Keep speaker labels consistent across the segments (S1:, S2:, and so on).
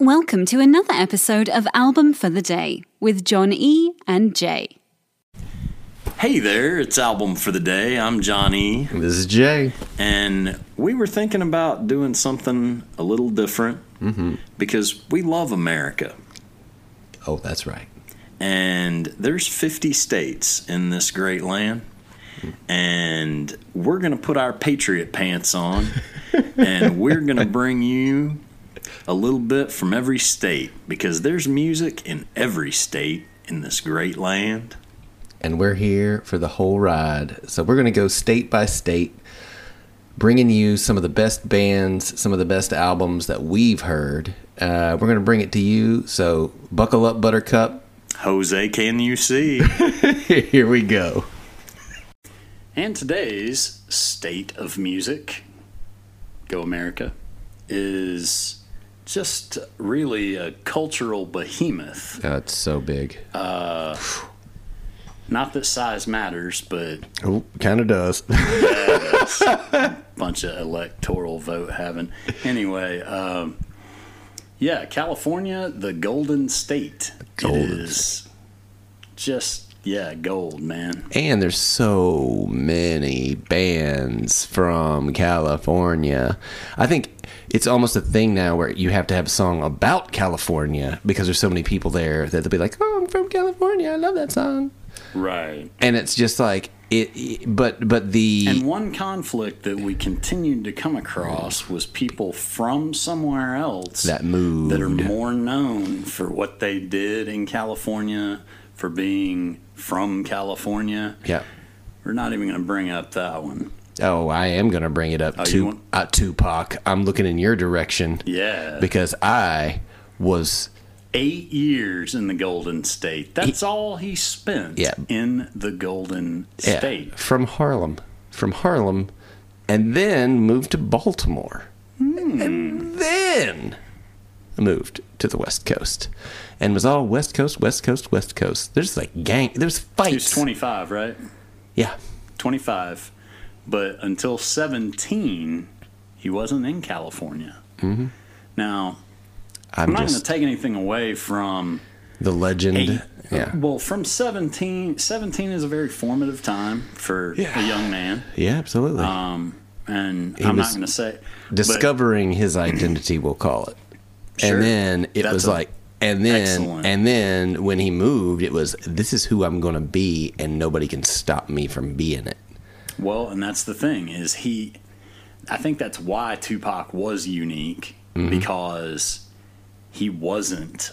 S1: Welcome to another episode of Album for the Day with John E. and Jay.
S2: Hey there, it's Album for the Day. I'm John E.
S3: This is Jay.
S2: And we were thinking about doing something a little different because we love America.
S3: Oh, that's right.
S2: And there's 50 states in this great land. And we're going to put our patriot pants on and we're going to bring you a little bit from every state because there's music in every state in this great land.
S3: And we're here for the whole ride. So we're going to go state by state, bringing you some of the best bands, some of the best albums that we've heard. Uh, we're going to bring it to you. So buckle up, Buttercup.
S2: Jose, can you see?
S3: here we go.
S2: And today's state of music, Go America, is just really a cultural behemoth.
S3: Oh, it's so big.
S2: Not that size matters, but
S3: Oh, kind of does.
S2: bunch of electoral vote having. Anyway, um, yeah, California, the golden state,
S3: golden
S2: is just yeah, gold, man.
S3: and there's so many bands from California. I think it's almost a thing now where you have to have a song about California because there's so many people there that they'll be like, "Oh, I'm from California. I love that song."
S2: Right.
S3: And it's just like it, it- but but the
S2: And one conflict that we continued to come across was people from somewhere else
S3: that mood
S2: that are more known for what they did in California, for being from California.
S3: yeah.
S2: We're not even going to bring up that one.
S3: Oh, I am gonna bring it up
S2: Oh, you
S3: to
S2: want-
S3: uh, Tupac. I'm looking in your direction
S2: Yeah.
S3: because I was
S2: Eight years in the Golden State. That's all he spent
S3: Yeah.
S2: in the Golden
S3: Yeah,
S2: State.
S3: from Harlem, from Harlem, and then moved to Baltimore,
S2: Hmm.
S3: and then moved to the West Coast, and was all West Coast, West Coast, West Coast. There's like gang, there's
S2: He was
S3: fights.
S2: 25, right?
S3: Yeah,
S2: 25. But until 17, he wasn't in California. Mm-hmm. Now,
S3: I'm,
S2: I'm not going
S3: just
S2: to take anything away from
S3: the legend.
S2: eight.
S3: Yeah,
S2: uh, Well, from 17, 17 is a very formative time for
S3: Yeah.
S2: a young man.
S3: yeah, absolutely.
S2: Um, and I'm not
S3: was
S2: going to say. but
S3: Discovering his identity, we'll call it,
S2: Sure.
S3: and then it
S2: That's
S3: was
S2: a-
S3: like. And then,
S2: Excellent.
S3: and then when he moved, it was this is who I'm going to be, and nobody can stop me from being it.
S2: Well, and that's the thing is he. I think that's why Tupac was unique
S3: Mm-hmm.
S2: because he wasn't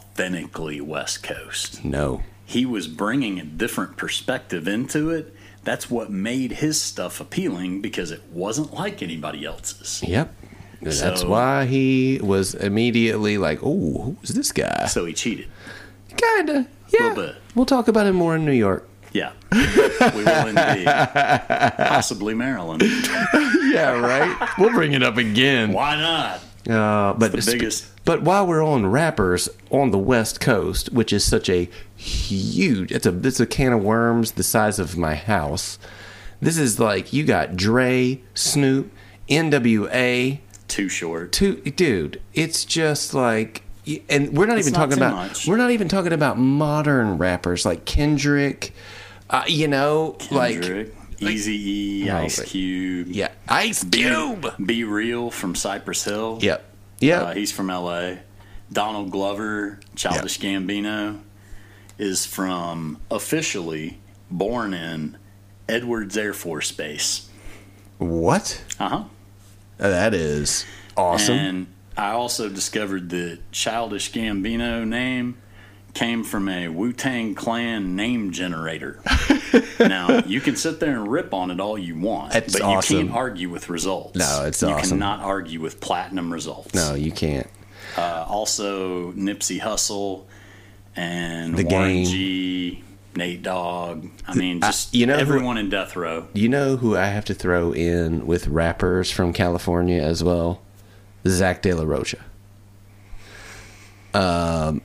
S2: authentically West Coast.
S3: No,
S2: He was bringing a different perspective into it. That's what made his stuff appealing because it wasn't like anybody else's.
S3: Yep. And That's
S2: So-
S3: why he was immediately like, "Oh, who's this guy?"
S2: So he cheated.
S3: Kinda. Yeah.
S2: Little bit.
S3: We'll talk about him more in New York.
S2: Yeah, we will indeed. Possibly Maryland.
S3: Yeah, right. we'll bring it up again.
S2: Why not?
S3: Uh, but
S2: the biggest-
S3: But while we're on rappers on the West Coast, which is such a huge, it's a it's a can of worms the size of my house. This is like you got Dre, Snoop, N.W.A.
S2: Too short.
S3: two dude it's just like and we're not even
S2: not
S3: talking
S2: too
S3: about
S2: much.
S3: we're not even talking about modern rappers like kendrick uh, you know like
S2: Kendrick, Easy E,
S3: No,
S2: Ice
S3: but-
S2: Cube.
S3: yeah ice cube
S2: Be Real from Cypress Hill.
S3: yep yep
S2: Uh, he's from LA. Donald Glover, Childish Gambino, is from officially born in Edwards Air Force Base.
S3: what
S2: Uh huh.
S3: that is awesome
S2: And I also discovered the Childish Gambino name came from a Wu Tang Clan name generator. now, you can sit there and rip on it all you want,
S3: That's
S2: but
S3: awesome.
S2: you can't argue with results.
S3: No, it's
S2: you
S3: awesome.
S2: cannot argue with platinum results.
S3: no you can't
S2: Uh, also, Nipsey Hussle and
S3: The
S2: Warren
S3: Game.
S2: G, Nate Dogg. I mean, just
S3: you know who-
S2: everyone in death row.
S3: you know who i have to throw in with rappers from california as well zach de la rocha um,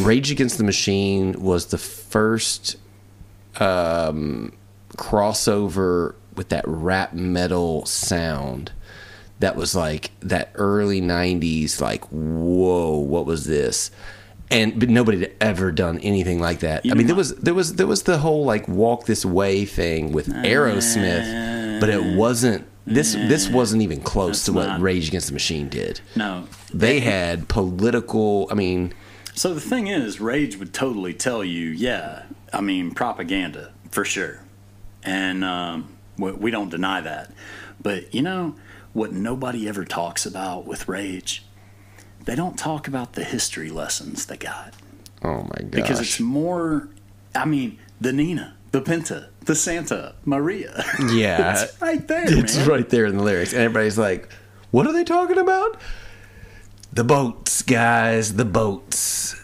S3: rage against the machine was the first um, crossover with that rap metal sound that was like that early 90s like whoa what was this and but nobody had ever done anything like that i
S2: know
S3: mean there
S2: what?
S3: was there was there was the whole like walk this way thing with
S2: Ah.
S3: aerosmith but it wasn't this this wasn't even close to what
S2: Ah. not-
S3: rage against the machine did
S2: No.
S3: they had political i mean
S2: So the thing is, Rage would totally tell you, yeah, I mean, propaganda for sure. And um, we, we don't deny that. But you know what nobody ever talks about with Rage? They don't talk about the history lessons they got
S3: oh my gosh
S2: because it's more, I mean, the Nina, the Pinta, the Santa, Maria.
S3: yeah
S2: it's right there,
S3: It's
S2: man.
S3: right there in the lyrics, and everybody's like, "What are they talking about?" The boats, guys, the boats.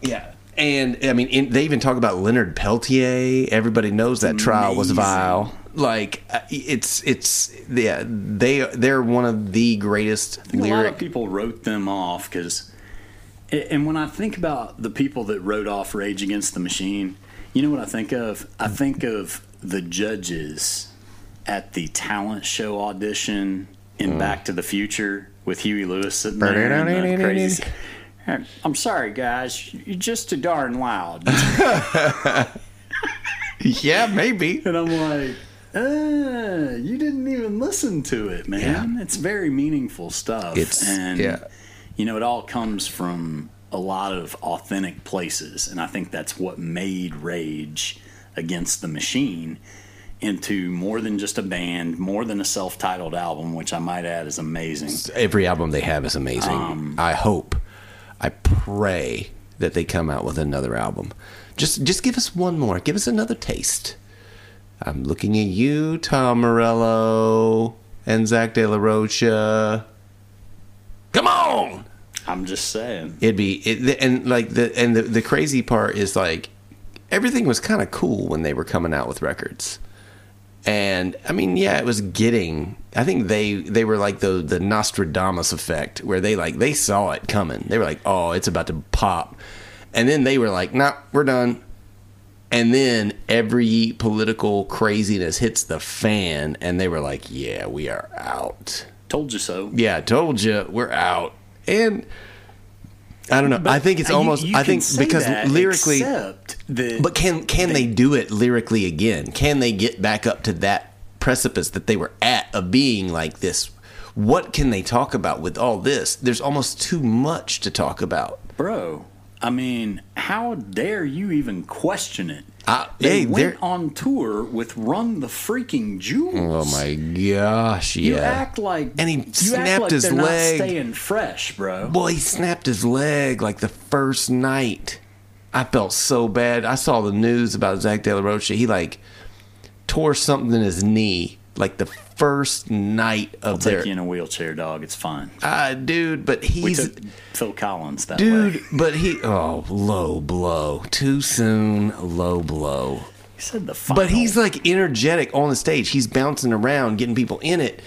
S3: Yeah, and I mean, in, they even talk about Leonard Peltier. Everybody knows that trial was
S2: Amazing.
S3: vile. Like uh, it's it's yeah they they're one of the greatest
S2: A lot of
S3: lyric.
S2: people wrote them off because, and when I think about the people that wrote off Rage Against the Machine, you know what I think of? I think of the judges at the talent show audition in Back to the Future with Huey Lewis sitting there. and the crazy- I'm sorry, guys. You're just too darn loud.
S3: Yeah, maybe.
S2: And I'm like, uh, you didn't even listen to it, man. It's very meaningful stuff.
S3: It's-
S2: and
S3: yeah.
S2: you know, it all comes from a lot of authentic places, and I think that's what made Rage Against the Machine into more than just a band, more than a self-titled album, which I might add is amazing.
S3: Every album they have is amazing.
S2: Um,
S3: I hope, I pray that they come out with another album. Just just give us one more. Give us another taste. I'm looking at you, Tom Morello and Zach De La Rocha. Come on!
S2: I'm just saying.
S3: It'd be it, and like the and the, the crazy part is like everything was kind of cool when they were coming out with records. And I mean, yeah, it was getting. I think they they were like the the Nostradamus effect, where they like they saw it coming. They were like, "Oh, it's about to pop," and then they were like, "Nah, we're done." And then every political craziness hits the fan, and they were like, "Yeah, we are out."
S2: Told you so.
S3: yeah, I told you we're out. And I don't know. I think it's
S2: You-
S3: almost.
S2: you
S3: I
S2: can
S3: think
S2: say
S3: because
S2: that,
S3: lyrically,
S2: except that
S3: but can can they, do it lyrically again? Can they get back up to that precipice that they were at of being like this? What can they talk about with all this? There's almost too much to talk about.
S2: Bro, I mean, how dare you even question it?
S3: I-
S2: they
S3: hey,
S2: went
S3: they're-
S2: on tour with Run the Freaking Jewels.
S3: Oh gosh! Yeah.
S2: You act like
S3: And he
S2: you act
S3: snapped
S2: like
S3: his
S2: they're
S3: leg.
S2: Not staying fresh, bro.
S3: Boy, he snapped his leg like the first night. I felt so bad. I saw the news about Zach De La Rocha. He like tore something in his knee like the first night of
S2: Take
S3: their.
S2: you in a wheelchair, dog. It's fine.
S3: Ah, dude, but
S2: We
S3: he's
S2: took Phil Collins that way.
S3: dude, but he oh low blow too soon, low blow.
S2: He said the final.
S3: But he's like energetic on the stage. He's bouncing around, getting people in it.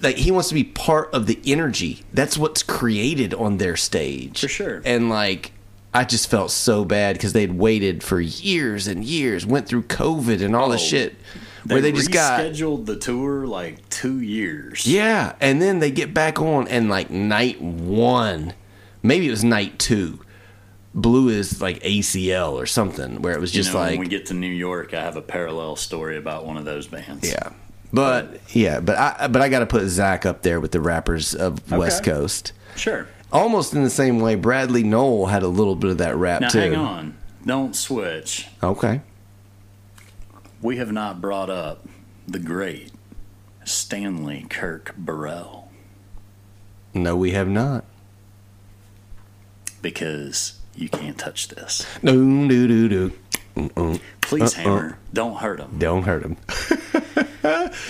S3: Like he wants to be part of the energy. That's what's created on their stage.
S2: For sure.
S3: And like I just felt so bad because they'd waited for years and years, went through COVID and all this
S2: Oh,
S3: shit. where they just got
S2: scheduled the tour like two years.
S3: Yeah. And then they get back on and like night one, maybe it was night two, blew his like ACL or something where it was
S2: You
S3: just
S2: know,
S3: like
S2: when we get to New York, I have a parallel story about one of those bands.
S3: Yeah. But yeah, but I but I got to put Zach up there with the rappers of West
S2: Okay.
S3: Coast.
S2: sure.
S3: Almost in the same way Bradley Noel had a little bit of that rap
S2: Now
S3: too.
S2: hang on, don't switch.
S3: Okay.
S2: We have not brought up the great Stanley Kirk Burrell
S3: No, we have not.
S2: because you can't touch this.
S3: No, do do do. Mm-mm.
S2: Please, Hammer, don't hurt him.
S3: Don't hurt him.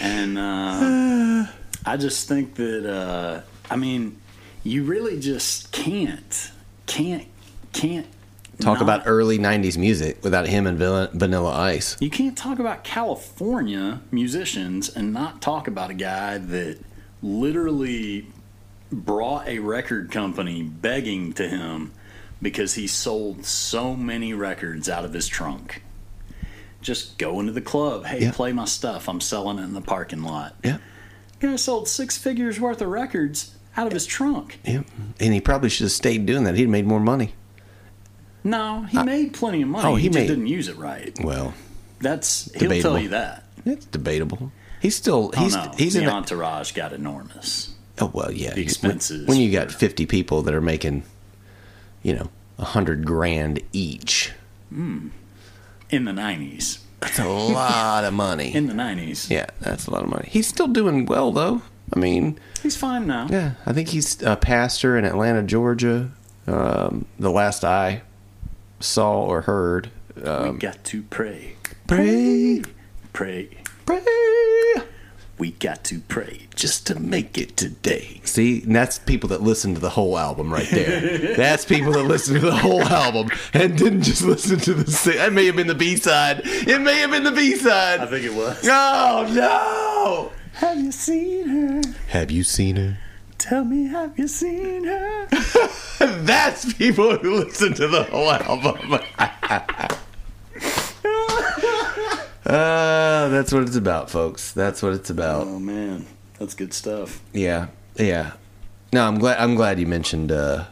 S2: And uh, I just think that uh, I mean, you really just can't, can't, can't
S3: Talk
S2: not-
S3: about early '90s music without him and Vanilla, Vanilla Ice.
S2: You can't talk about California musicians and not talk about a guy that literally brought a record company begging to him because he sold so many records out of his trunk. Just go into the club. Hey,
S3: Yeah.
S2: play my stuff. I'm selling it in the parking lot.
S3: Yeah.
S2: guy sold six figures worth of records out of his trunk.
S3: Yep. And he probably should have stayed doing that. He'd have made more money.
S2: No, he made plenty of money.
S3: oh,
S2: he,
S3: he
S2: just
S3: made-
S2: didn't use it right.
S3: Well,
S2: That's he'll
S3: Debatable.
S2: tell you that.
S3: it's debatable. He's still
S2: Oh,
S3: he's
S2: no,
S3: he's
S2: the
S3: in the,
S2: entourage got enormous.
S3: oh well yeah
S2: the expenses
S3: when, when you got fifty people that are making you know a hundred grand each.
S2: in the nineties.
S3: That's a lot of money.
S2: In the nineties,
S3: yeah, that's a lot of money. He's still doing well though. I mean,
S2: he's fine now.
S3: yeah, I think he's a pastor in Atlanta, Georgia. Um, the last I saw or heard, uh,
S2: we got to pray,
S3: pray,
S2: pray.
S3: pray.
S2: We got to pray just to make it today.
S3: See, and that's people that listen to the whole album right there. that's people that listen to the whole album and didn't just listen to the. si- That may have been the B side. It may have been the B
S2: I
S3: side.
S2: think it was.
S3: Oh no!
S2: Have you seen her?
S3: Have you seen her?
S2: Tell me, have you seen her?
S3: That's people who listen to the whole album. uh, that's what it's about, folks. That's what it's about.
S2: Oh man, that's good stuff.
S3: Yeah, yeah. No, I'm glad. I'm glad you mentioned. Uh,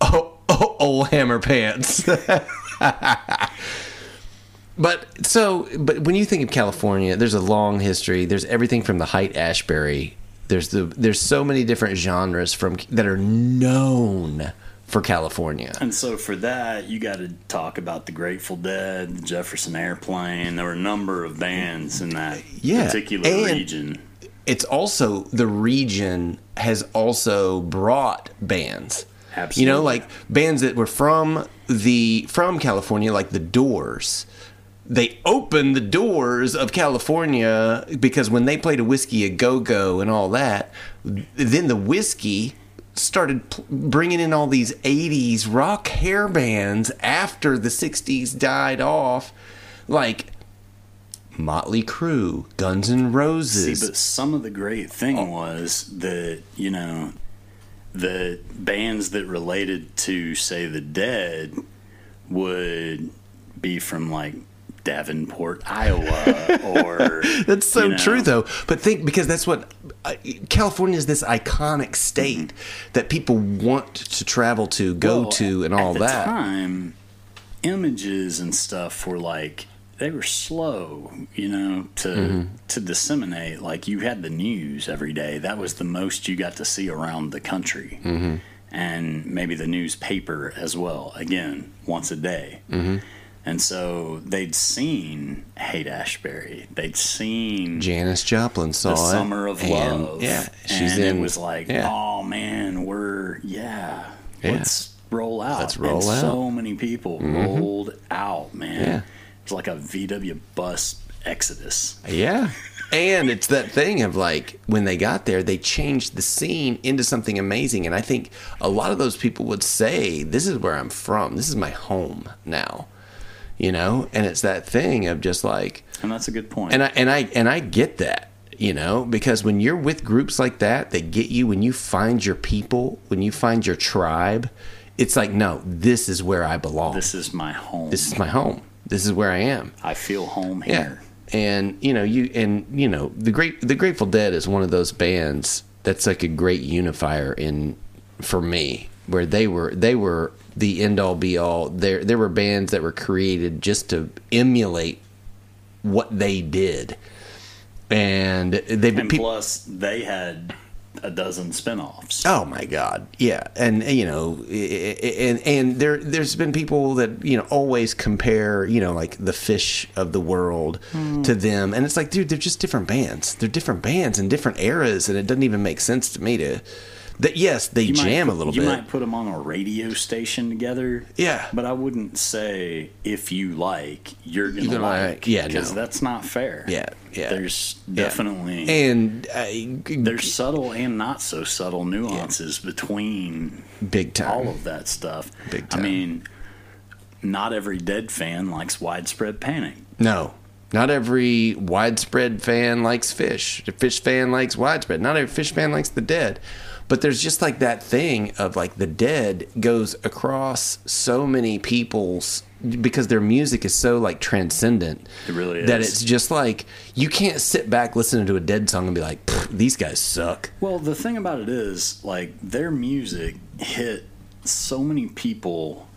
S3: oh, oh, old hammer pants. but so, but when you think of California, there's a long history. There's everything from the Height Ashbury. There's the there's so many different genres from that are known for California.
S2: And so for that, you got to talk about the Grateful Dead, the Jefferson Airplane. There were a number of bands in that
S3: Yeah,
S2: particular
S3: and-
S2: region.
S3: it's also the region has also brought bands. You know,
S2: Absolutely.
S3: like bands that were from the from California, like the Doors. They opened the doors of California because when they played a whiskey a go go and all that, then the whiskey started p- bringing in all these 80s rock hair bands after the 60s died off. Like Motley Crue, Guns N' Roses.
S2: See, but some of the great thing was that you know the bands that related to say the Dead would be from like Davenport, Iowa, or
S3: That's so
S2: you know,
S3: true, though. But think because that's what uh, California is this iconic state that people want to travel to, go
S2: Mm-hmm. well,
S3: to, and
S2: at
S3: all
S2: the
S3: that.
S2: Time images and stuff were like they were slow, you know, to
S3: Mm-hmm.
S2: to disseminate. Like you had the news every day. That was the most you got to see around the country,
S3: Mm-hmm.
S2: and maybe the newspaper as well. Again, once a day.
S3: Mm-hmm.
S2: And so they'd seen Haight Ashbury. They'd seen
S3: Janice Joplin saw
S2: the
S3: it.
S2: summer of
S3: and-
S2: love.
S3: Yeah, she's
S2: and
S3: in.
S2: it was like,
S3: yeah.
S2: oh man, we're yeah,
S3: Yeah.
S2: let's roll out.
S3: Let's roll
S2: and
S3: out. Mm-hmm.
S2: So many people rolled out, man.
S3: Yeah.
S2: It's like a VW bus exodus.
S3: Yeah. And it's that thing of like when they got there, they changed the scene into something amazing. And I think a lot of those people would say, This is where I'm from. This is my home now. You know? And it's that thing of just like,
S2: And that's a good point.
S3: and I and I and I get that, you know, because when you're with groups like that, they get you when you find your people, when you find your tribe, it's like, no, this is where I belong. This,
S2: this is my home.
S3: is my home. This is where I am.
S2: I feel home
S3: Yeah.
S2: here.
S3: And you know, you and you know, the great the Grateful Dead is one of those bands that's like a great unifier in for me, where they were they were the end all be all. There there were bands that were created just to emulate what they did. And they've been
S2: And
S3: people
S2: plus, they had a dozen spinoffs.
S3: Oh my God! Yeah, and you know, i- i- and and there there's been people that you know always compare you know like the fish of the world
S2: Hmm.
S3: to them, and it's like, dude, they're just different bands. They're different bands in different eras, and it doesn't even make sense to me to that. Yes, they
S2: You might
S3: jam
S2: put-
S3: a little
S2: you
S3: bit.
S2: might put them on a radio station together.
S3: Yeah.
S2: But I wouldn't say if you like, you're going
S3: You're
S2: to
S3: gonna
S2: like.
S3: like- yeah,
S2: Because
S3: no.
S2: that's not fair.
S3: Yeah, yeah.
S2: There's
S3: Yeah.
S2: definitely.
S3: and uh,
S2: There's subtle and not so subtle nuances between
S3: big time.
S2: all of that stuff.
S3: Big
S2: I
S3: time.
S2: mean, not every Dead fan likes widespread panic.
S3: No. Not every widespread fan likes fish. The fish fan likes widespread. Not every fish fan likes the dead.
S4: But there's just like that thing of like the dead goes across so many people's because their music is so like transcendent.
S2: It really
S4: That
S2: is.
S4: it's just like you can't sit back listening to a dead song and be like, "Pfft, these guys suck.
S2: Well, the thing about it is, like, their music hit so many people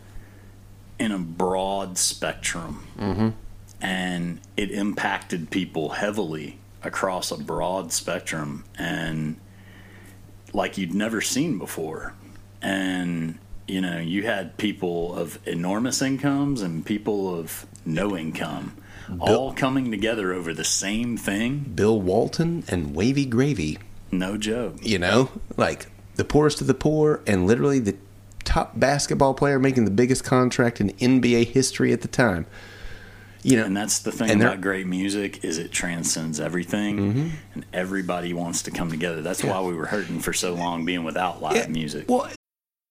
S2: in a broad spectrum. And it impacted people heavily across a broad spectrum and like you'd never seen before. And, you know, you had people of enormous incomes and people of no income all coming together over the same thing.
S4: Bill Walton and Wavy Gravy,
S2: No joke.
S4: you know, like the poorest of the poor and literally the top basketball player making the biggest contract in NBA history at the time. You know,
S2: And that's the thing
S4: And they're- Mm-hmm.
S2: about great music is it transcends everything, and everybody wants to come together. That's why we were hurting for so long being without live
S4: Yeah,
S2: music.
S4: Well,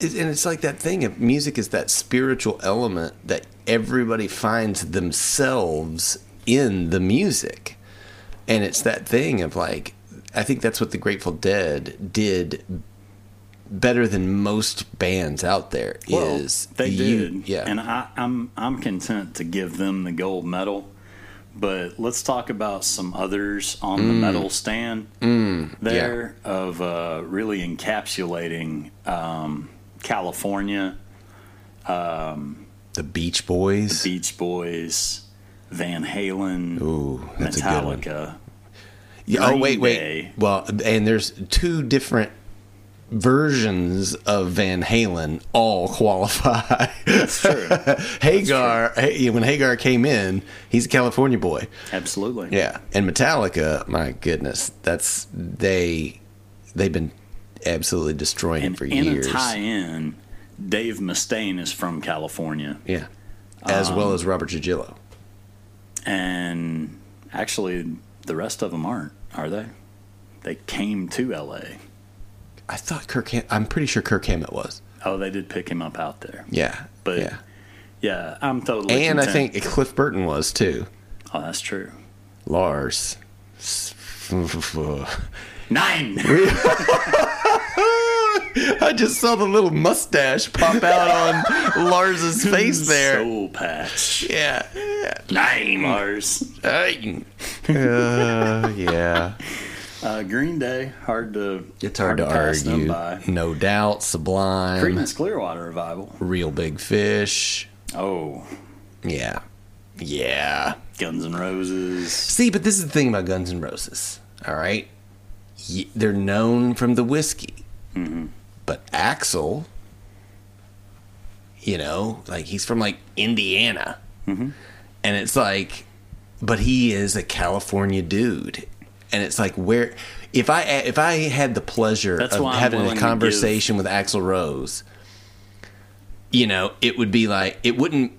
S4: It's- and it's like that thing of music is that spiritual element that everybody finds themselves in the music and it's that thing of like i think that's what the grateful dead did better than most bands out there is
S2: Well, they
S4: you-
S2: did,
S4: yeah
S2: And I, I'm I'm content to give them the gold medal. But let's talk about some others on
S4: Mm.
S2: the medal stand there of uh, really encapsulating um, California,
S4: the beach boys
S2: Beach Boys, Van Halen,
S4: Ooh, that's a good one.
S2: Metallica.
S4: Yeah, oh
S2: Green
S4: wait, wait.
S2: Day.
S4: Well, and there's two different versions of Van Halen all qualify. That's
S2: true.
S4: Hagar, Hey, when Hagar came in, he's a California boy.
S2: Absolutely.
S4: Yeah, and Metallica, my goodness, that's they they've been absolutely destroying
S2: and
S4: it for
S2: in
S4: years.
S2: a tie-in, Dave Mustaine is from California,
S4: yeah. As
S2: um,
S4: well as Robert Trujillo.
S2: and actually, the rest of them aren't, are they? They came to L.A.
S4: I thought Kirk Ham- I'm pretty sure Kirk Hammett was.
S2: Oh, they did pick him up out there.
S4: Yeah.
S2: But-
S4: yeah.
S2: Yeah, I'm totally.
S4: And I
S2: content.
S4: think Cliff Burton was too.
S2: Oh, that's true.
S4: Lars.
S2: Nine.
S4: I just saw the little mustache pop out on Lars's face there.
S2: Soul patch.
S4: Yeah.
S2: Nine. Mars.
S4: Hey. Uh, yeah.
S2: Uh, Green Day. Hard to.
S4: It's hard to
S2: pass them
S4: argue.
S2: by.
S4: No doubt. Sublime.
S2: Creedence Clearwater Revival.
S4: Real big fish.
S2: Oh,
S4: Yeah. Yeah.
S2: Guns N' Roses.
S4: See, but this is the thing about Guns N' Roses. All right, Y- they're known from the whiskey,
S2: Mm-hmm.
S4: but Axel, you know, like he's from like Indiana,
S2: Mm-hmm.
S4: and it's like, but he is a California dude, and it's like where. If I if I had the pleasure
S2: That's
S4: of
S2: why I'm
S4: having
S2: willing
S4: a
S2: to
S4: conversation with Axel Rose, you know, it would be like it wouldn't.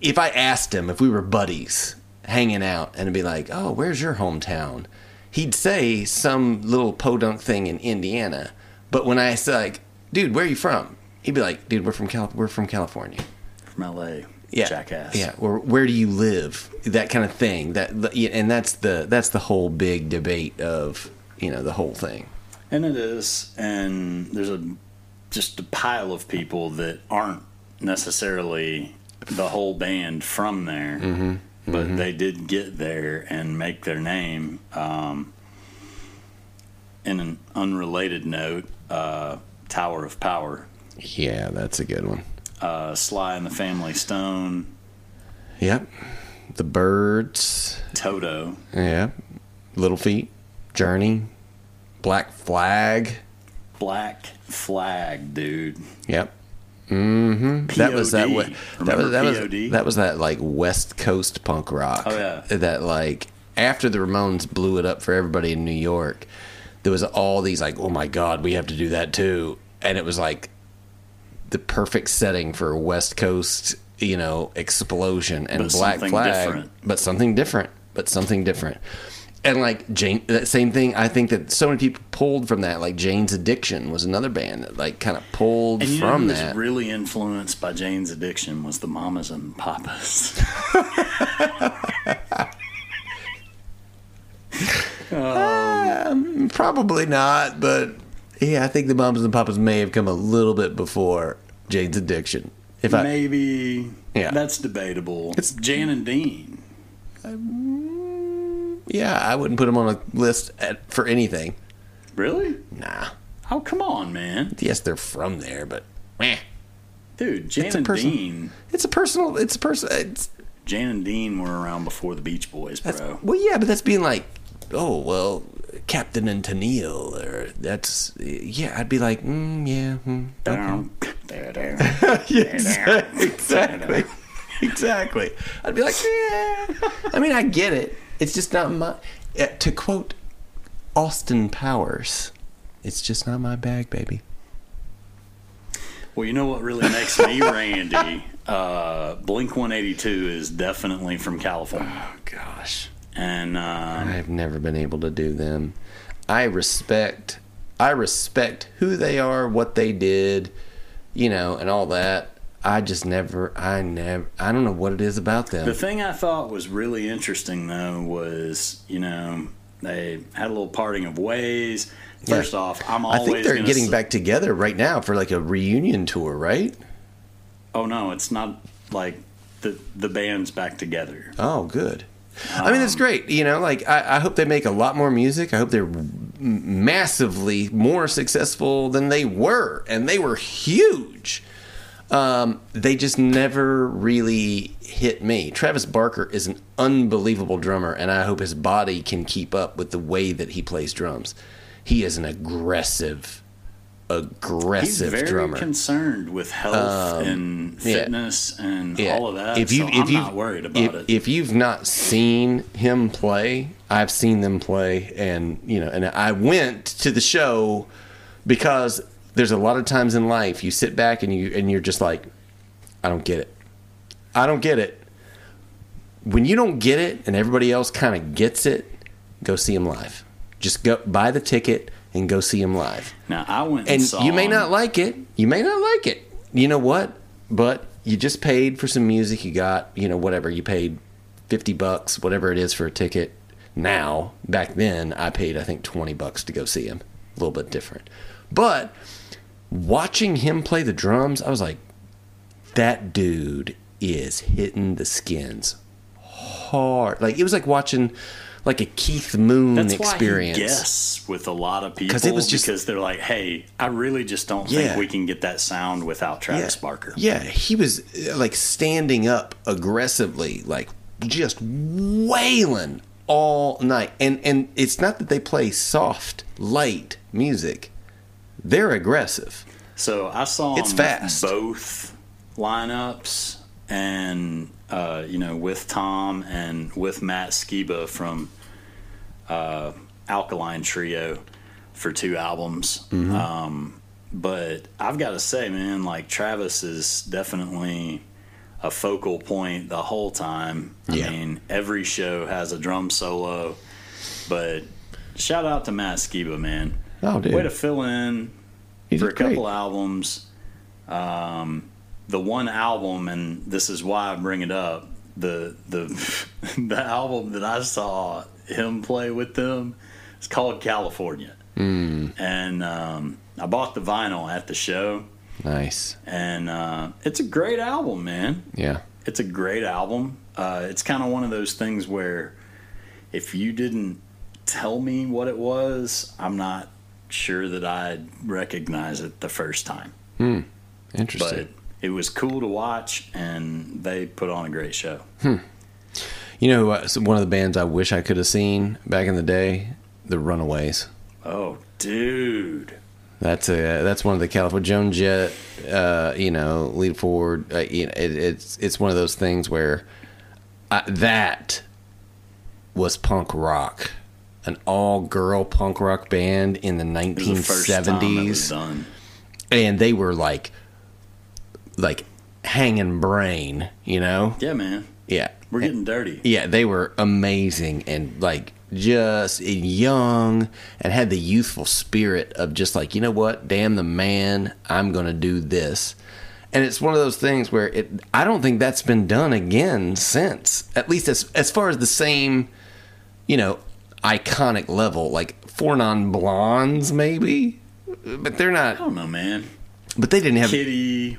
S4: If I asked him if we were buddies hanging out, and it'd be like, "Oh, where's your hometown?" He'd say some little podunk thing in Indiana, but when I say like, "Dude, where are you from?" he'd be like, "Dude, we're from Cal- we're from California."
S2: from L.A.
S4: Yeah,
S2: Jackass.
S4: Yeah, or where do you live? That kind of thing. That yeah, and that's the that's the whole big debate of you know the whole thing.
S2: And it is, and there's a just a pile of people that aren't necessarily the whole band from there, but they did get there and make their name. Um, in an unrelated note, uh, Tower of Power,
S4: Yeah, that's a good one.
S2: uh, Sly and the Family Stone,
S4: Yep, the birds.
S2: Toto,
S4: Yeah. Little Feet, Journey, Black Flag.
S2: Black Flag, dude.
S4: Yep. Mm-hmm. That was that.
S2: POD.
S4: wa- That
S2: Remember
S4: was that
S2: POD?
S4: was that was that like West Coast punk rock.
S2: Oh, yeah.
S4: That like after the Ramones blew it up for everybody in New York, there was all these like, oh my god, we have to do that too, and it was like the perfect setting for a West Coast, you know, explosion and
S2: But
S4: Black
S2: something
S4: Flag,
S2: different.
S4: but something different, but something different. And like Jane, that same thing. I think that so many people pulled from that. Like Jane's Addiction was another band that like kind of pulled
S2: And you know
S4: from
S2: who
S4: that.
S2: was really influenced by Jane's addiction was the mamas and papas.
S4: Probably not, but yeah, I think the Mamas and Papas may have come a little bit before Jane's Addiction. If I
S2: Maybe
S4: Yeah.
S2: that's debatable. It's
S4: It's-
S2: Jan and Dean.
S4: yeah, I wouldn't put them on a list at, for anything.
S2: Really?
S4: Nah.
S2: Oh come on, man,
S4: Yes, they're from there, but meh.
S2: dude. Jan
S4: a
S2: and
S4: person-
S2: Dean.
S4: It's a personal. It's a person. It's
S2: Jan and Dean were around before the Beach Boys,
S4: that's,
S2: bro.
S4: well, yeah, but that's being like, oh well, Captain and Tennille, or that's yeah. I'd be like, mm, yeah, mm, exactly. exactly. I'd be like, yeah. I mean, I get it. It's just not my. eh, To quote Austin Powers, it's just not my bag, baby.
S2: Well, you know what really makes me randy? Uh, Blink 182 is definitely from California.
S4: Oh, gosh.
S2: And um,
S4: I've never been able to do them. I respect. I respect who they are, what they did, you know, and all that. I just never, I never, I don't know what it is about them.
S2: the thing I thought was really interesting, though, was, you know, they had a little parting of ways. First off, I'm
S4: I
S2: always
S4: think they're
S2: gonna
S4: getting
S2: s-
S4: back together right now for like a reunion tour, right?
S2: Oh, no, it's not like the, the band's back together.
S4: Oh, good. I mean,
S2: Um,
S4: that's great. You know, like I, I hope they make a lot more music. I hope they're m- massively more successful than they were, and they were huge. Um, they just never really hit me. Travis Barker is an unbelievable drummer, and I hope his body can keep up with the way that he plays drums. He is an aggressive,
S2: He's
S4: aggressive
S2: very
S4: drummer. Um,
S2: concerned with health and
S4: yeah.
S2: fitness and
S4: Yeah.
S2: all of that.
S4: If you,
S2: so
S4: if
S2: I'm
S4: you,
S2: not worried about
S4: if,
S2: it.
S4: If you've not seen him play, I've seen them play, and you know, and I went to the show because there's a lot of times in life you sit back and you and you're just like, I don't get it. I don't get it. When you don't get it, and everybody else kind of gets it, go see him live. Just go buy the ticket and go see him live
S2: now I went and,
S4: and
S2: saw
S4: you may
S2: him.
S4: not like it. You may not like it. You know what? But you just paid for some music. You got you know whatever you paid, fifty bucks, whatever it is for a ticket. Now back then, I paid I think twenty bucks to go see him. A little bit different, but watching him play the drums, I was like, that dude is hitting the skins hard. Like it was like watching like a Keith Moon
S2: That's
S4: experience.
S2: Why he guests with a lot of people
S4: 'Cause
S2: because
S4: it was just-
S2: they're like, hey, I really just don't
S4: Yeah.
S2: think we can get that sound without Travis
S4: yeah.
S2: Barker.
S4: Yeah, he was uh, like standing up aggressively, like just wailing all night. And and it's not that they play soft, light music. They're aggressive.
S2: So I saw
S4: It's
S2: him
S4: fast.
S2: both lineups and uh, you know with Tom and with Matt Skiba from uh, Alkaline Trio for two albums.
S4: Mm-hmm.
S2: Um, but I've got to say, man, like Travis is definitely a focal point the whole time. I
S4: Yeah.
S2: mean, every show has a drum solo, but shout out to Matt Skiba, man.
S4: Oh, dude.
S2: Way to fill in
S4: He
S2: for
S4: did
S2: a couple
S4: great.
S2: albums. Um, the one album, and this is why I bring it up. The the the album that I saw him play with them is called California,
S4: Hmm.
S2: and um, I bought the vinyl at the show,
S4: Nice.
S2: and uh, it's a great album, man.
S4: Yeah.
S2: It's a great album. Uh, it's kind of one of those things where if you didn't tell me what it was, I'm not sure that I'd recognize it the first time. But
S4: Interesting.
S2: it was cool to watch, and they put on a great show.
S4: you know, uh, so one of the bands I wish I could have seen back in the day, the Runaways.
S2: Oh, dude.
S4: That's a that's one of the California Joan Jett, uh, you know, lead forward. Uh, you know, it, it's it's one of those uh, things where I, that was punk rock an all girl punk rock band in the 1970s.
S2: The first time it was done.
S4: and they were like like hanging brain you know
S2: Yeah, man.
S4: yeah
S2: We're getting dirty.
S4: yeah they were amazing and like just young and had the youthful spirit of just like you know what damn the man i'm gonna do this and it's one of those things where it i don't think that's been done again since at least as as far as the same you know iconic level like four non-blondes maybe but they're
S2: I
S4: not
S2: don't know, man.
S4: but they didn't have
S2: Kitty,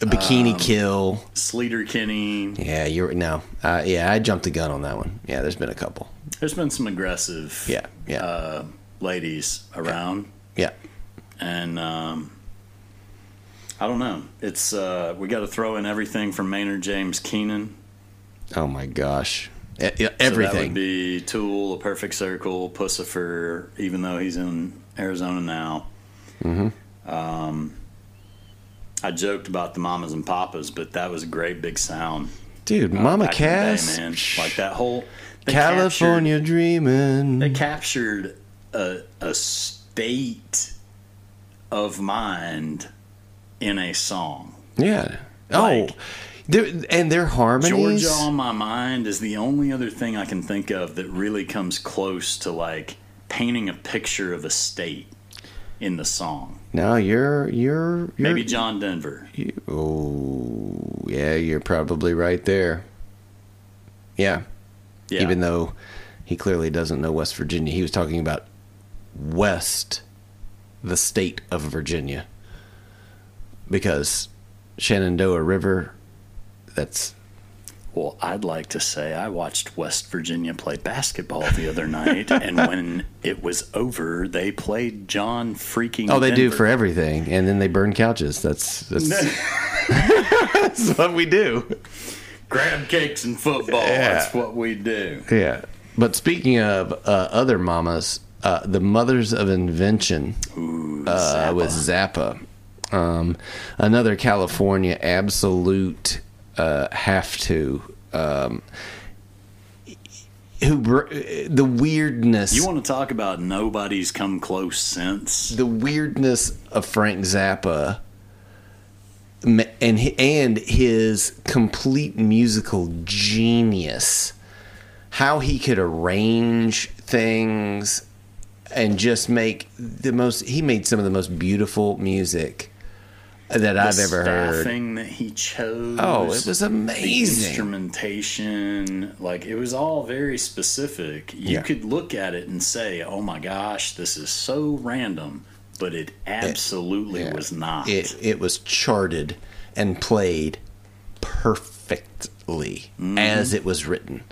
S4: a bikini kill.
S2: Sleater Kinney.
S4: Yeah, you're no. Uh, yeah, I jumped the gun on that one. Yeah, there's been a couple.
S2: There's been some aggressive
S4: Yeah, yeah,
S2: uh, ladies around.
S4: yeah.
S2: and um, I don't know. It's uh, we got to throw in everything from Maynard James Keenan.
S4: Oh my gosh, E-
S2: So
S4: e-
S2: that would
S4: everything.
S2: be Tool, A Perfect Circle, Pussifer, even though he's in Arizona now. Um,
S4: Mm-hmm.
S2: I joked about the Mamas and Papas, but that was a great big sound.
S4: Dude, Mama
S2: back in the day,
S4: Cass,
S2: man. Like that whole they captured-
S4: California
S2: they
S4: dreaming.
S2: captured a, a state of mind in a song.
S4: Yeah. Oh,
S2: Like-
S4: they're, and their harmonies.
S2: Georgia on my mind is the only other thing I can think of that really comes close to like painting a picture of a state in the song.
S4: No, you're you're, you're
S2: Maybe John Denver.
S4: you- oh, yeah, you're probably right there. Yeah.
S2: Yeah.
S4: even though he clearly doesn't know West Virginia. He was talking about West, the state of Virginia, because Shenandoah River. That's
S2: well, I'd like to say I watched West Virginia play basketball the other night, and when it was over, they played John freaking.
S4: oh, they do
S2: Denver.
S4: for everything, and then they burn couches. That's that's, that's what we do.
S2: crab cakes and football.
S4: Yeah.
S2: That's what we do.
S4: Yeah. But speaking of uh, other mamas, uh, the mothers of invention uh, with Zappa, um, another California absolute uh, have to. Um, who br- the weirdness?
S2: You want to talk about nobody's come close since?
S4: the weirdness of Frank Zappa m- and hi- and his complete musical genius, how he could arrange things and just make the most. He made some of the most beautiful music that I've
S2: the
S4: ever heard.
S2: staffing that he chose.
S4: Oh, it was
S2: the
S4: amazing.
S2: instrumentation, like it was all very specific. You
S4: Yeah.
S2: could look at it and say, "Oh my gosh, this is so random," but it absolutely
S4: yeah.
S2: was not.
S4: It it was charted and played perfectly
S2: Mm-hmm.
S4: as it was written,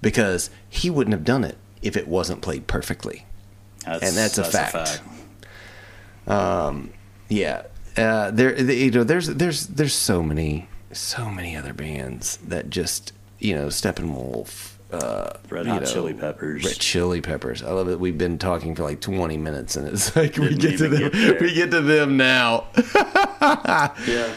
S4: because he wouldn't have done it if it wasn't played perfectly.
S2: that's,
S4: and that's a fact. Yeah, uh, there the- you know there's there's there's so many so many other bands that just you know Steppenwolf, uh,
S2: Red
S4: you
S2: Hot
S4: know,
S2: Chili Peppers.
S4: Red Chili Peppers. I love it. We've been talking for like 20 minutes, and it's like we
S2: Didn't
S4: get to
S2: even
S4: them.
S2: get there.
S4: we get to them now.
S2: Yeah,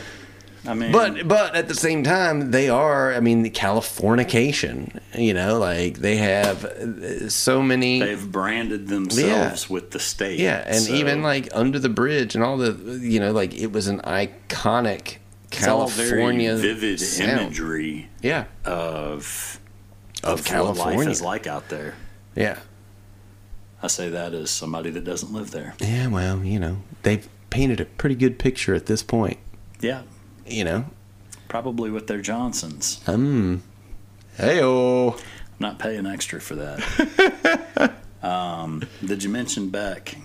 S2: I mean,
S4: But but at the same time, they are. I mean, the Californication. You know, like they have uh, so many.
S2: they've branded themselves with the state.
S4: yeah, and
S2: so
S4: even like under the bridge and all the. You know, like it was an iconic
S2: it's all
S4: California
S2: very vivid
S4: sound.
S2: imagery
S4: Yeah,
S2: of what
S4: of,
S2: life
S4: California.
S2: is like out there.
S4: yeah,
S2: I say that as somebody that doesn't live there.
S4: yeah. Well, you know, they've painted a pretty good picture at this point.
S2: Yeah,
S4: You know, Hmm.
S2: probably with their Johnsons.
S4: hey oh,
S2: I'm not paying extra for that. um, did you mention Beck?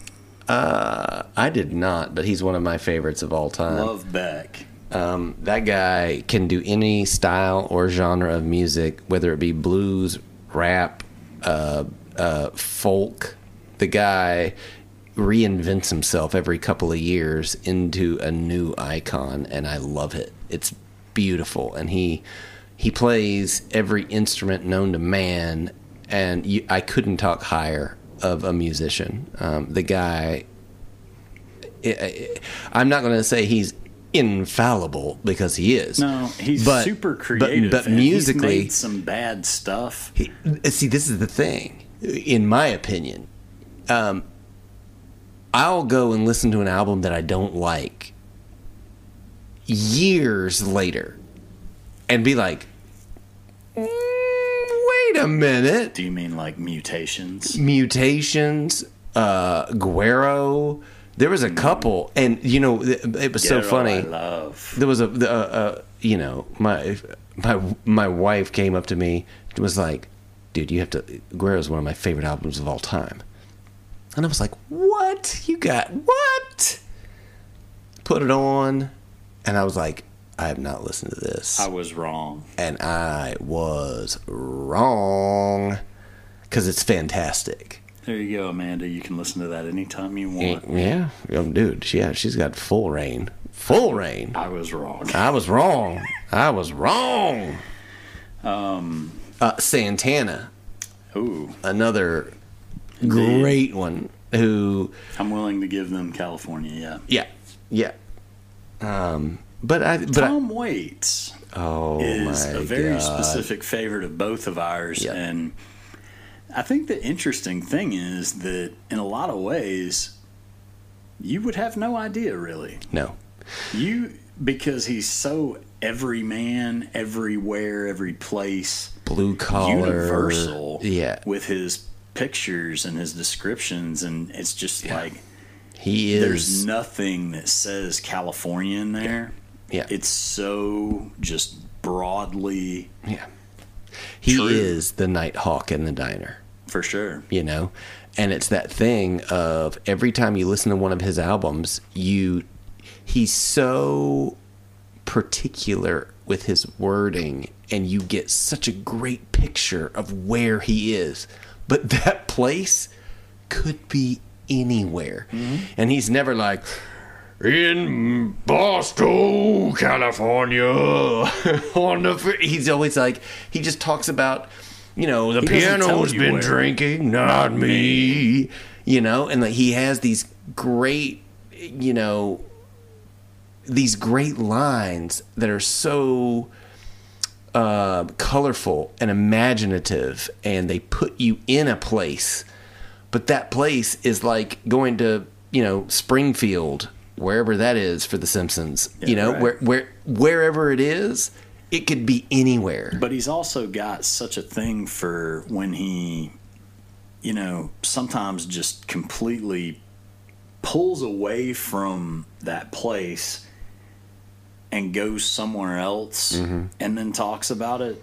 S4: I did not, but he's one of my favorites of all time.
S2: Love Beck.
S4: Um, that guy can do any style or genre of music, whether it be blues, rap, uh, uh, folk. The guy reinvents himself every couple of years into a new icon, and I love it. It's beautiful, and he he plays every instrument known to man, and you, I couldn't talk higher of a musician. Um, the guy I'm not going to say he's infallible because he is.
S2: No, he's
S4: But-
S2: super
S4: but-
S2: creative.
S4: but
S2: and he's
S4: musically-
S2: made some bad stuff.
S4: He- see, this is the thing. in my opinion, um, I'll go and listen to an album that I don't like years later and be like, "Mm, wait a minute.
S2: Do you mean like mutations?
S4: Mutations, uh, Guero. There was a couple, and you know, it, it was so
S2: Girl, I
S4: funny.
S2: love.
S4: There was a, the- uh, uh, you know, my my my wife came up to me and was like, "Dude, you have to." Guero's one of my favorite albums of all time, and I was like, "What? You got what?" Put it on, and I was like, "I have not listened to this."
S2: I was wrong.
S4: and I was wrong because it's fantastic.
S2: There you go, Amanda. You can listen to that anytime you want.
S4: Yeah, oh, dude, she- yeah, she's got full reign, full reign.
S2: I was wrong.
S4: I was wrong. I was wrong. Um,
S2: Um,
S4: uh, Santana,
S2: Ooh,
S4: another great one. Who?
S2: I'm willing to give them California. Yeah.
S4: Yeah, yeah. Um, but I, but I,
S2: Tom Waits
S4: oh
S2: is
S4: my
S2: a very
S4: god,
S2: specific favorite of both of ours,
S4: Yeah.
S2: and I think the interesting thing is that in a lot of ways, you would have no idea really.
S4: no,
S2: You because he's so every man, everywhere, every place.
S4: blue collar,
S2: universal
S4: Yeah,
S2: with his pictures and his descriptions and it's just like
S4: he is.
S2: there's nothing that says California in there.
S4: Yeah.
S2: It's so just broadly
S4: Yeah. He
S2: True.
S4: is the Nighthawk in the diner,
S2: for sure.
S4: you know? And it's that thing of every time you listen to one of his albums, you he's so particular with his wording and you get such a great picture of where he is. But that place could be anywhere.
S2: Mm-hmm.
S4: And he's never like in Boston, California, on the fr-" he's always like he just talks about you know the
S2: doesn't tell
S4: piano's
S2: you
S4: been
S2: where.
S4: drinking, not me, you know, and like he has these great, you know, these great lines that are so uh, colorful and imaginative, and they put you in a place. But that place is like going to you know Springfield, wherever that is for The Simpsons. you know
S2: right.
S4: where where wherever it is, it could be anywhere.
S2: But he's also got such a thing for when he you know, sometimes just completely pulls away from that place and goes somewhere else and then talks about it.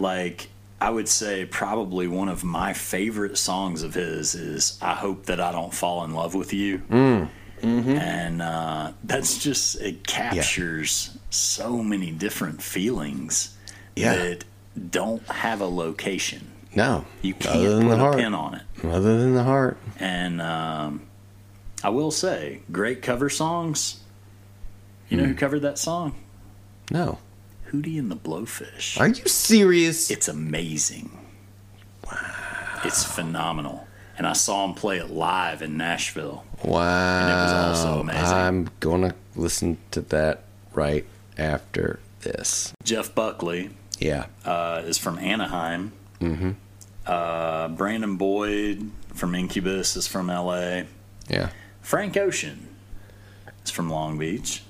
S2: Like, I would say probably one of my favorite songs of his is I Hope That I Don't Fall in Love with You. And uh, that's just, it captures so many different feelings
S4: Yeah.
S2: that don't have a location.
S4: no,
S2: You
S4: other
S2: can't
S4: than the
S2: put a
S4: heart.
S2: pin on it.
S4: Other than the heart,
S2: And um, I will say, great cover songs. You
S4: Hmm.
S2: know who covered that song?
S4: no.
S2: Hootie and the Blowfish.
S4: Are you serious?
S2: It's amazing. Wow. It's phenomenal. And I saw him play it live in Nashville.
S4: Wow.
S2: also amazing.
S4: I'm going to listen to that right after this.
S2: Jeff Buckley
S4: Yeah.
S2: uh, is from Anaheim. Mm-hmm. Uh, Brandon Boyd from Incubus is from LA.
S4: Yeah.
S2: Frank Ocean is from Long Beach.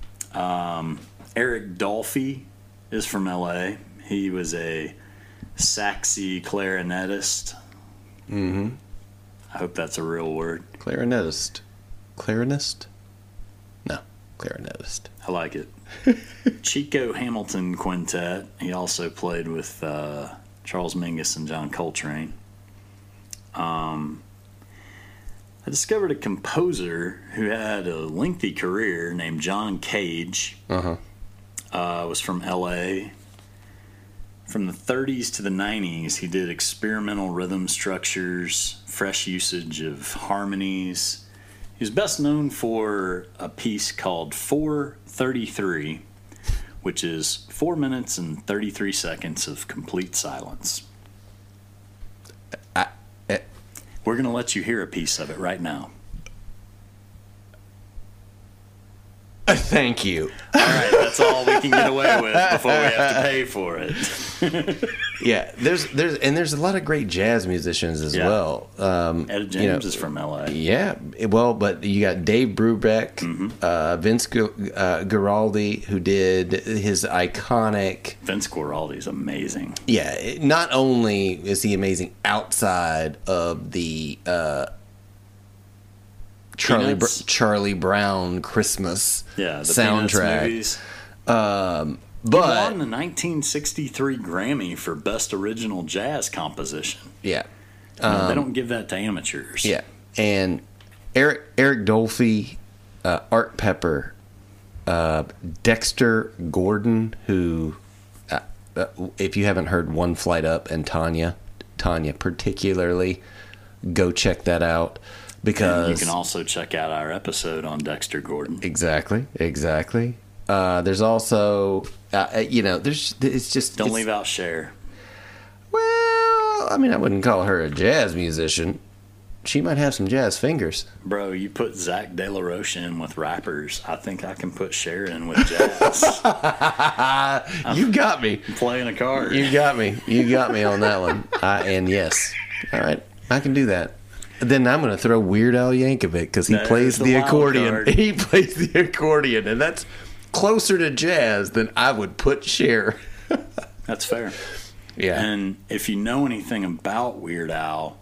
S2: Um, Eric Dolphy is from LA. He was a saxy clarinetist. Mm-hmm. I hope that's a real word.
S4: Clarinetist. Clarinist? No, clarinetist.
S2: I like it. Chico Hamilton Quintet. He also played with uh, Charles Mingus and John Coltrane. Um, I discovered a composer who had a lengthy career named John Cage.
S4: Uh-huh.
S2: Uh, was from L.A. From the 30s to the 90s, he did experimental rhythm structures, fresh usage of harmonies. He's best known for a piece called 433, which is 4 minutes and 33 seconds of complete silence.
S4: eh.
S2: We're going to let you hear a piece of it right now.
S4: Thank you.
S2: All right, that's all we can get away with before we have to pay for it.
S4: Yeah, there's there's and there's a lot of great jazz musicians as
S2: Yeah.
S4: well. Um,
S2: Etta James
S4: you know,
S2: is from LA.
S4: Yeah, well, but you got Dave Brubeck,
S2: Mm-hmm.
S4: uh, Vince Gu- uh, Guaraldi, who did his iconic.
S2: Vince Guaraldi's amazing.
S4: Yeah, it- not only is he amazing outside of the uh, Charlie Br-
S2: Peanuts.
S4: Charlie Brown Christmas
S2: Yeah, the Peanuts
S4: soundtrack, Um,
S2: movies.
S4: but
S2: Won the 1963 Grammy for Best Original Jazz Composition.
S4: yeah,
S2: they don't give that to amateurs.
S4: Um, yeah, and Eric Eric Dolphy, uh, Art Pepper, uh, Dexter Gordon, who, uh, uh, if you haven't heard One Flight Up and Tanya, Tanya particularly, go check that
S2: And
S4: out
S2: you
S4: because
S2: can also check out our episode on Dexter Gordon.
S4: exactly, exactly. Uh, there's also, uh, uh, you know, there's it's just
S2: Don't
S4: it's-
S2: leave out Cher.
S4: Well, I mean, I wouldn't call her a jazz musician. She might have some jazz fingers.
S2: Bro, you put Zach De La Roche in with rappers. I think I can put Cher in with jazz. Uh-huh.
S4: You got me.
S2: Playing a card.
S4: You got me. You got me on that one. I, and yes, all right, I can do that. Then I'm going to throw Weird Al Yankovic because he
S2: There's
S4: plays
S2: the
S4: the,
S2: wild
S4: accordion.
S2: card.
S4: He plays the accordion, and that's closer to jazz than I would put Cher.
S2: That's fair.
S4: Yeah,
S2: And if you know anything about Weird Al,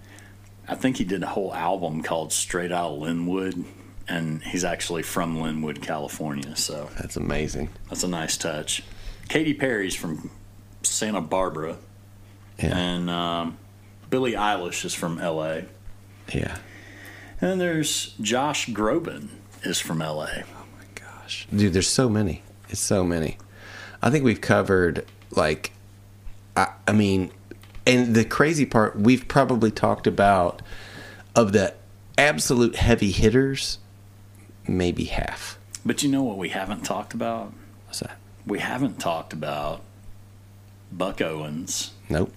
S2: I think he did a whole album called Straight Out Linwood. And he's actually from Linwood, California. So
S4: that's amazing.
S2: that's a nice touch. Katy Perry's from Santa Barbara.
S4: Yeah.
S2: And um, Billie Eilish is from LA.
S4: Yeah.
S2: And there's Josh Groban is from LA.
S4: Gosh, dude, there's so many. It's so many. I think we've covered like, I, I mean, and the crazy part we've probably talked about of the absolute heavy hitters, maybe half.
S2: But you know what we haven't talked about?
S4: What's that?
S2: We haven't talked about Buck Owens,
S4: Nope.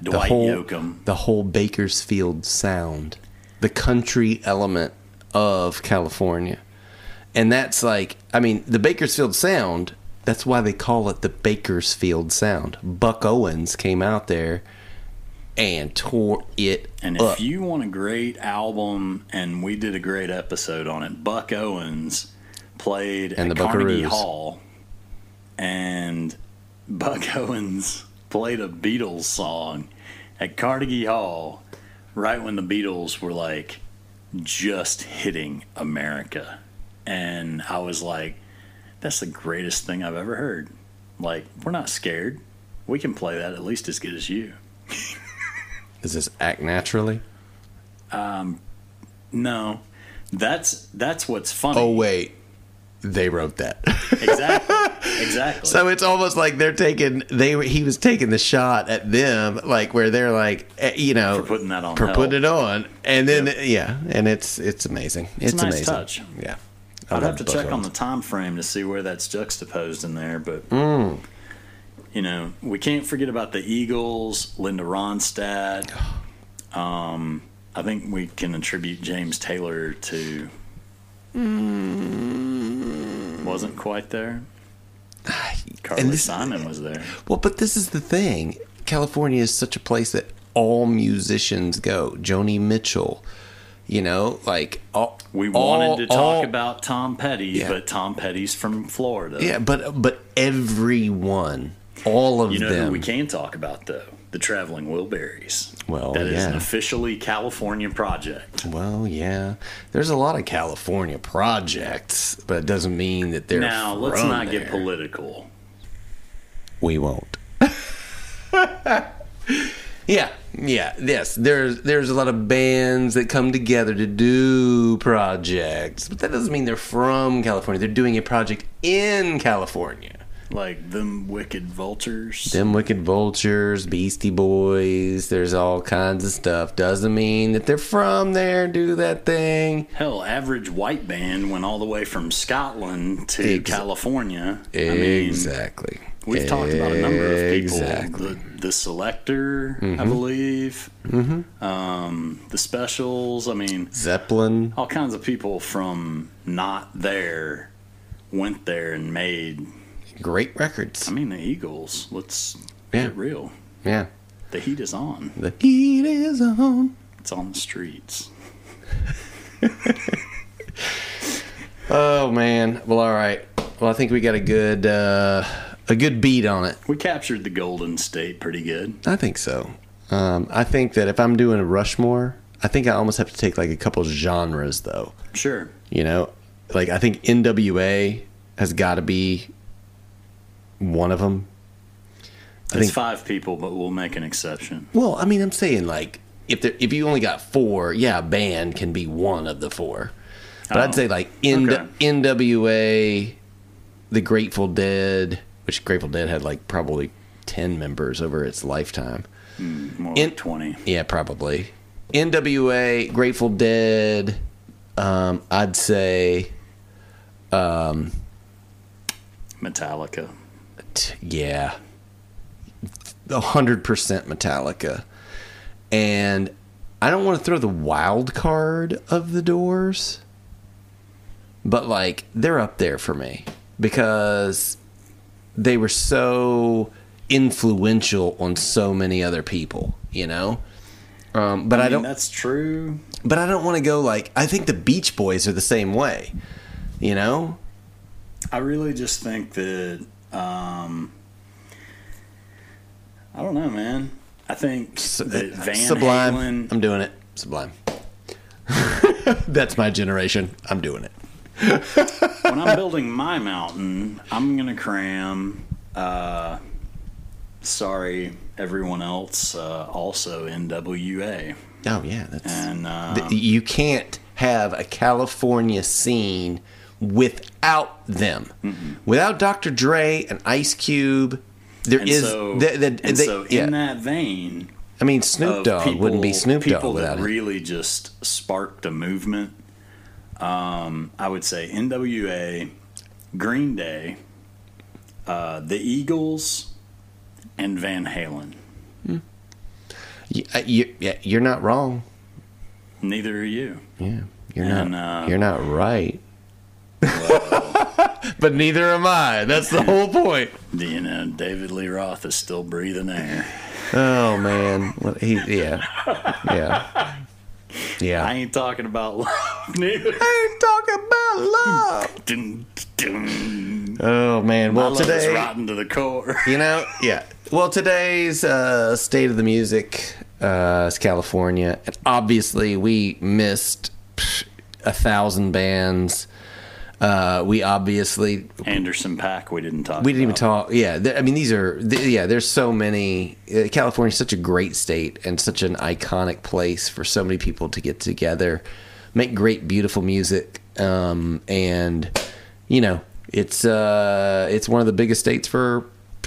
S4: The
S2: Dwight
S4: whole
S2: Yoakam.
S4: the whole Bakersfield sound, the country element of California, and that's like I mean the Bakersfield sound. That's why they call it the Bakersfield sound. Buck Owens came out there and tore it
S2: And if
S4: up.
S2: you want a great album, and we did a great episode on it, Buck Owens played
S4: And
S2: at
S4: the
S2: Carnegie
S4: Buckaroos.
S2: Hall, and Buck Owens played a Beatles song at Carnegie Hall right when the Beatles were like just hitting America, and I was like, "That's the greatest thing I've ever heard." Like, we're not scared; we can play that at least as good as you.
S4: Does this act naturally?
S2: No, that's that's what's funny.
S4: Oh wait, they wrote that.
S2: exactly, exactly.
S4: So it's almost like they're taking they were- he was taking the shot at them, like where they're like, eh, you know,
S2: For putting that on
S4: for
S2: hell.
S4: putting it on, and then yeah, and it's it's amazing. It's,
S2: a nice
S4: amazing.
S2: touch.
S4: Yeah, I
S2: I'd
S4: love
S2: have to
S4: both
S2: check
S4: of
S2: on the
S4: them.
S2: time frame to see where that's juxtaposed in there, but
S4: Mm.
S2: you know we can't forget about the Eagles, Linda Ronstadt. Um, I think we can attribute James Taylor to wasn't quite there. Carly
S4: Mm. this-
S2: Simon was there.
S4: Well, but this is the thing. California is such a place that all musicians go. Joni Mitchell, you know, like all,
S2: We
S4: all-
S2: wanted to talk
S4: all-
S2: about Tom Petty, but Tom Petty's from Florida.
S4: yeah, but but everyone, all of
S2: You know
S4: them.
S2: who we can talk about though? The Traveling Wilburys.
S4: Well,
S2: that is an
S4: yeah.
S2: officially California project.
S4: Well, yeah. There's a lot of California projects, but it doesn't mean that they're.
S2: now let's
S4: from
S2: not get
S4: there.
S2: political.
S4: We won't. yeah, yeah. Yes, there's there's a lot of bands that come together to do projects, but that doesn't mean they're from California. They're doing a project in California.
S2: Like them wicked vultures.
S4: Them Wicked Vultures, Beastie Boys. There's all kinds of stuff. Doesn't mean that they're from there. Do that thing.
S2: Hell, average white band went all the way from Scotland to
S4: Ex-
S2: California. I mean,
S4: Exactly.
S2: we've talked about a number of people.
S4: Exactly. Mm-hmm.
S2: The, the Selector, I believe. Um, the Specials. I mean,
S4: Zeppelin.
S2: all kinds of people from not there went there and made.
S4: Great records.
S2: I mean, the Eagles. Let's
S4: Yeah.
S2: get real.
S4: Yeah.
S2: The heat is on.
S4: The heat is on.
S2: It's on the streets.
S4: Oh man. Well, all right. Well, I think we got a good uh, a good beat on it.
S2: We captured the Golden State pretty good.
S4: I think so. Um, I think that if I'm doing a Rushmore, I think I almost have to take like a couple genres though.
S2: Sure.
S4: You know, like I think NWA has got to be one of them.
S2: it's
S4: I think.
S2: five people, but we'll make an exception.
S4: Well, I mean, I'm saying like if there, if you only got four, yeah, a band can be one of the four. But
S2: Oh,
S4: I'd say like N-
S2: okay.
S4: NWA, the Grateful Dead, which Grateful Dead had like probably ten members over its lifetime.
S2: More
S4: In-
S2: like 20.
S4: Yeah, probably. NWA, Grateful Dead. Um, I'd say
S2: Metallica.
S4: t- yeah, a hundred percent Metallica, and I don't want to throw the wild card of the Doors, but like they're up there for me because they were so influential on so many other people, you know. Um, but I,
S2: I, mean,
S4: don't.
S2: That's true.
S4: but I don't want to go like I think the Beach Boys are the same way, you know.
S2: I really just think that um, I don't know, man. I think that Van
S4: uh, Sublime.
S2: Halen.
S4: I'm doing it. Sublime. That's my generation. I'm doing it.
S2: when I'm building my mountain, I'm gonna cram. Uh, sorry, everyone else. Uh, also NWA,
S4: Oh yeah, that's
S2: and uh,
S4: th- you can't have a California scene without them.
S2: Mm-hmm.
S4: Without Dr. Dre and Ice Cube, there
S2: and
S4: is.
S2: so,
S4: the- the-
S2: and
S4: they-
S2: so
S4: yeah.
S2: in that vein,
S4: I mean,
S2: of
S4: Snoop Dogg wouldn't be Snoop
S2: people
S4: Dogg without
S2: that
S4: him.
S2: really just sparked a movement. Um, I would say NWA, Green Day, uh, the Eagles, and Van Halen.
S4: Y- uh, you, yeah, you're not wrong.
S2: Neither are you.
S4: Yeah, you're
S2: And,
S4: not.
S2: uh,
S4: you're not right. but neither am I. That's the whole point.
S2: You know, David Lee Roth is still breathing air.
S4: Oh man, Well, he yeah, yeah, yeah.
S2: I ain't talking about love neither.
S4: ain't talking about love.
S2: Dun, dun.
S4: Oh man,
S2: My
S4: well
S2: love is
S4: today,
S2: rotten to the core.
S4: you know, yeah. Well, today's uh, state of the music uh, is California, and obviously we missed psh, a thousand bands. Uh, we obviously
S2: Anderson Pack, we didn't talk.
S4: we didn't even
S2: about.
S4: talk. Yeah, th- I mean, these are th- yeah. There's so many. Uh, California's such a great state and such an iconic place for so many people to get together, make great, beautiful music, um, and you know, it's uh, it's one of the biggest states for.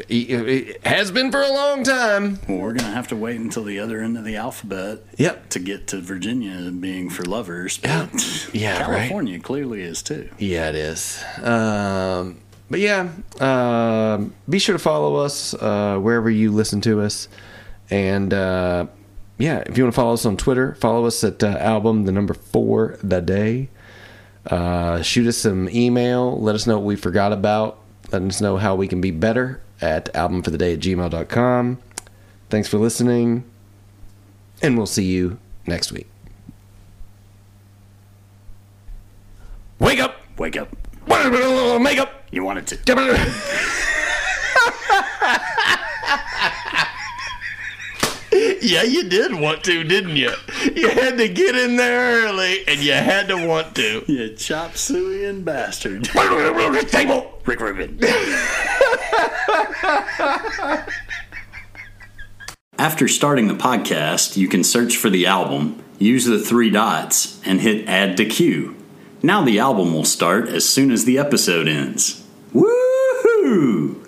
S4: It, it has been for a long time.
S2: Well, we're gonna have to wait until the other end of the alphabet.
S4: Yep.
S2: To get to Virginia being for lovers. but
S4: Yeah. Yeah, right.
S2: California clearly is too.
S4: Yeah, it is. Um, but yeah, um, be sure to follow us uh, wherever you listen to us. And uh, yeah, if you want to follow us on Twitter, follow us at uh, album the number four the day. Uh, shoot us some email. Let us know what we forgot about. Let us know how we can be better at albumfortheday at gmail.com. Thanks for listening. And we'll see you next week. Wake up!
S2: Wake up.
S4: Makeup!
S2: You wanted to.
S4: yeah, you did want to, didn't you? You had to get in there early, and you had to want to.
S2: You chop suey and bastard.
S4: Table.
S2: Rick Rubin. After starting the podcast, you can search for the album, use the three dots, and hit add to queue. Now the album will start as soon as the episode ends. Woohoo!